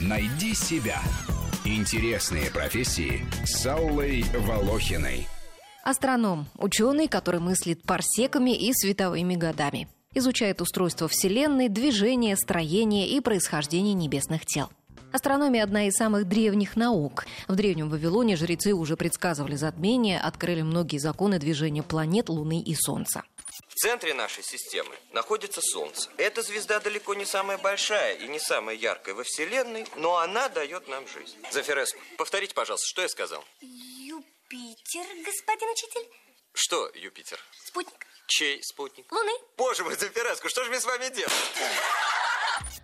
Найди себя. Интересные профессии с Аллой Волохиной. Астроном – ученый, который мыслит парсеками и световыми годами. Изучает устройство Вселенной, движение, строение и происхождение небесных тел. Астрономия – одна из самых древних наук. В Древнем Вавилоне жрецы уже предсказывали затмение, открыли многие законы движения планет, Луны и Солнца. В центре нашей системы находится Солнце. Эта звезда далеко не самая большая и не самая яркая во Вселенной, но она дает нам жизнь. Зафирес, повторите, пожалуйста, что я сказал? Юпитер, господин учитель. Что, Юпитер? Спутник. Чей спутник? Луны. Боже мой, Зафиреску, что же мне с вами делать?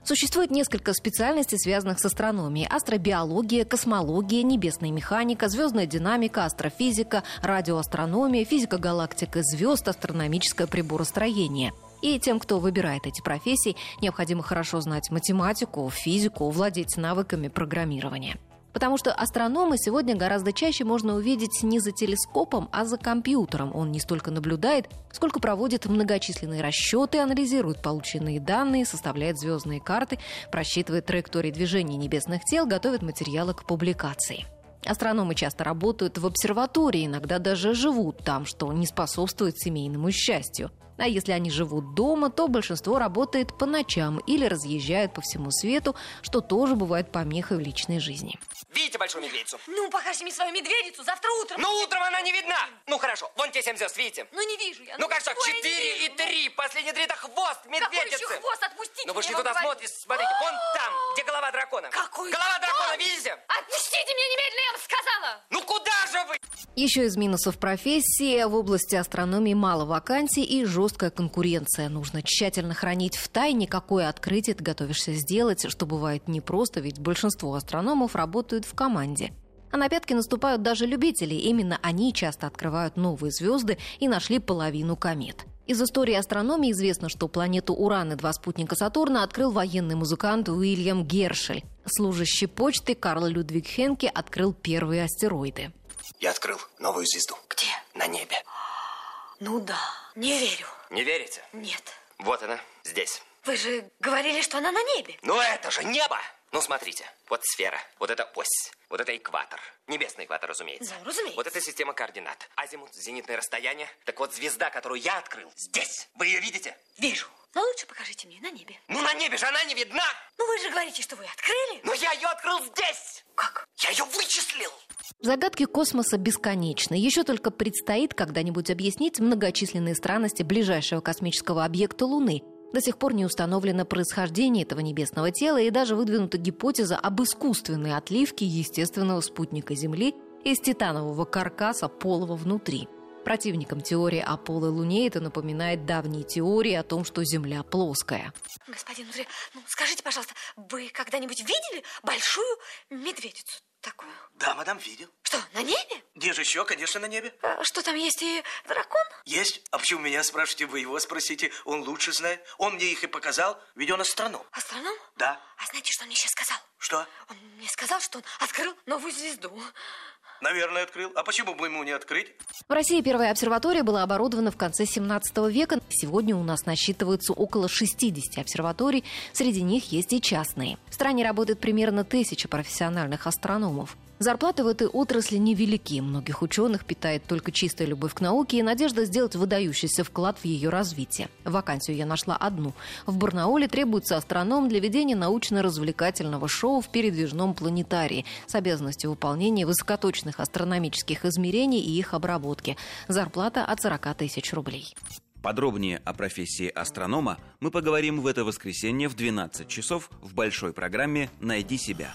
Существует несколько специальностей, связанных с астрономией. Астробиология, космология, небесная механика, звездная динамика, астрофизика, радиоастрономия, физика галактик и звезд, астрономическое приборостроение. И тем, кто выбирает эти профессии, необходимо хорошо знать математику, физику, владеть навыками программирования. Потому что астрономы сегодня гораздо чаще можно увидеть не за телескопом, а за компьютером. Он не столько наблюдает, сколько проводит многочисленные расчеты, анализирует полученные данные, составляет звездные карты, просчитывает траектории движения небесных тел, готовит материалы к публикации. Астрономы часто работают в обсерватории, иногда даже живут там, что не способствует семейному счастью. А если они живут дома, то большинство работает по ночам или разъезжают по всему свету, что тоже бывает помехой в личной жизни. Видите большую медведицу? Ну, покажи мне свою медведицу завтра утром. Ну, утром она не видна! Ну, хорошо, вон те семь звезд, видите? Ну, не вижу я. Ну, как так, ничего я не четыре и вижу. три, последние три, это хвост Какой медведицы! еще хвост? Отпустите Ну, вы же не меня, я туда вам говорю. смотрите, смотрите, вон там, где голова дракона. Какой Голова дракон? дракона, видите? Отпустите меня немедленно, я вам сказала. Ну, куда же вы? Еще из минусов профессии в области астрономии мало вакансий и жесткая конкуренция. Нужно тщательно хранить в тайне, какое открытие ты готовишься сделать, что бывает непросто, ведь большинство астрономов работают в команде. А на пятки наступают даже любители. Именно они часто открывают новые звезды и нашли половину комет. Из истории астрономии известно, что планету Уран и два спутника Сатурна открыл военный музыкант Уильям Гершель. Служащий почты Карл Людвиг Хенке открыл первые астероиды. Я открыл новую звезду. Где? На небе. Ну да, не верю. Не верите? Нет. Вот она, здесь. Вы же говорили, что она на небе. Ну это же небо! Ну смотрите, вот сфера, вот это ось, вот это экватор. Небесный экватор, разумеется. Ну, разумеется. Вот это система координат. Азимут, зенитное расстояние. Так вот, звезда, которую я открыл, здесь. Вы ее видите? Вижу. Но лучше покажите мне на небе. Ну на небе же она не видна! Ну, вы же говорите, что вы открыли. Но я ее открыл здесь! Как? Я ее вычислил! Загадки космоса бесконечны. Еще только предстоит когда-нибудь объяснить многочисленные странности ближайшего космического объекта Луны. До сих пор не установлено происхождение этого небесного тела и даже выдвинута гипотеза об искусственной отливке естественного спутника Земли из титанового каркаса полого внутри. Противникам теории о полой Луне это напоминает давние теории о том, что Земля плоская. Господин Мудрый, ну, скажите, пожалуйста, вы когда-нибудь видели большую медведицу такую? Да, мадам, видел. Что, на небе? Где же еще, конечно, на небе? А Что там есть и дракон? Есть. А почему меня спрашиваете? Вы его спросите. Он лучше знает. Он мне их и показал. Ведь он астроном. Астроном? Да. А знаете, что он мне сейчас сказал? Что? Он мне сказал, что он открыл новую звезду. Наверное, открыл. А почему бы ему не открыть? В России первая обсерватория была оборудована в конце 17 века. Сегодня у нас насчитывается около 60 обсерваторий, среди них есть и частные. В стране работает примерно тысяча профессиональных астрономов. Зарплаты в этой отрасли невелики. Многих ученых питает только чистая любовь к науке и надежда сделать выдающийся вклад в ее развитие. Вакансию я нашла одну. В Барнауле требуется астроном для ведения научно-развлекательного шоу в передвижном планетарии с обязанностью выполнения высокоточных астрономических измерений и их обработки. Зарплата от 40 тысяч рублей. Подробнее о профессии астронома мы поговорим в это воскресенье в 12 часов в большой программе «Найди себя».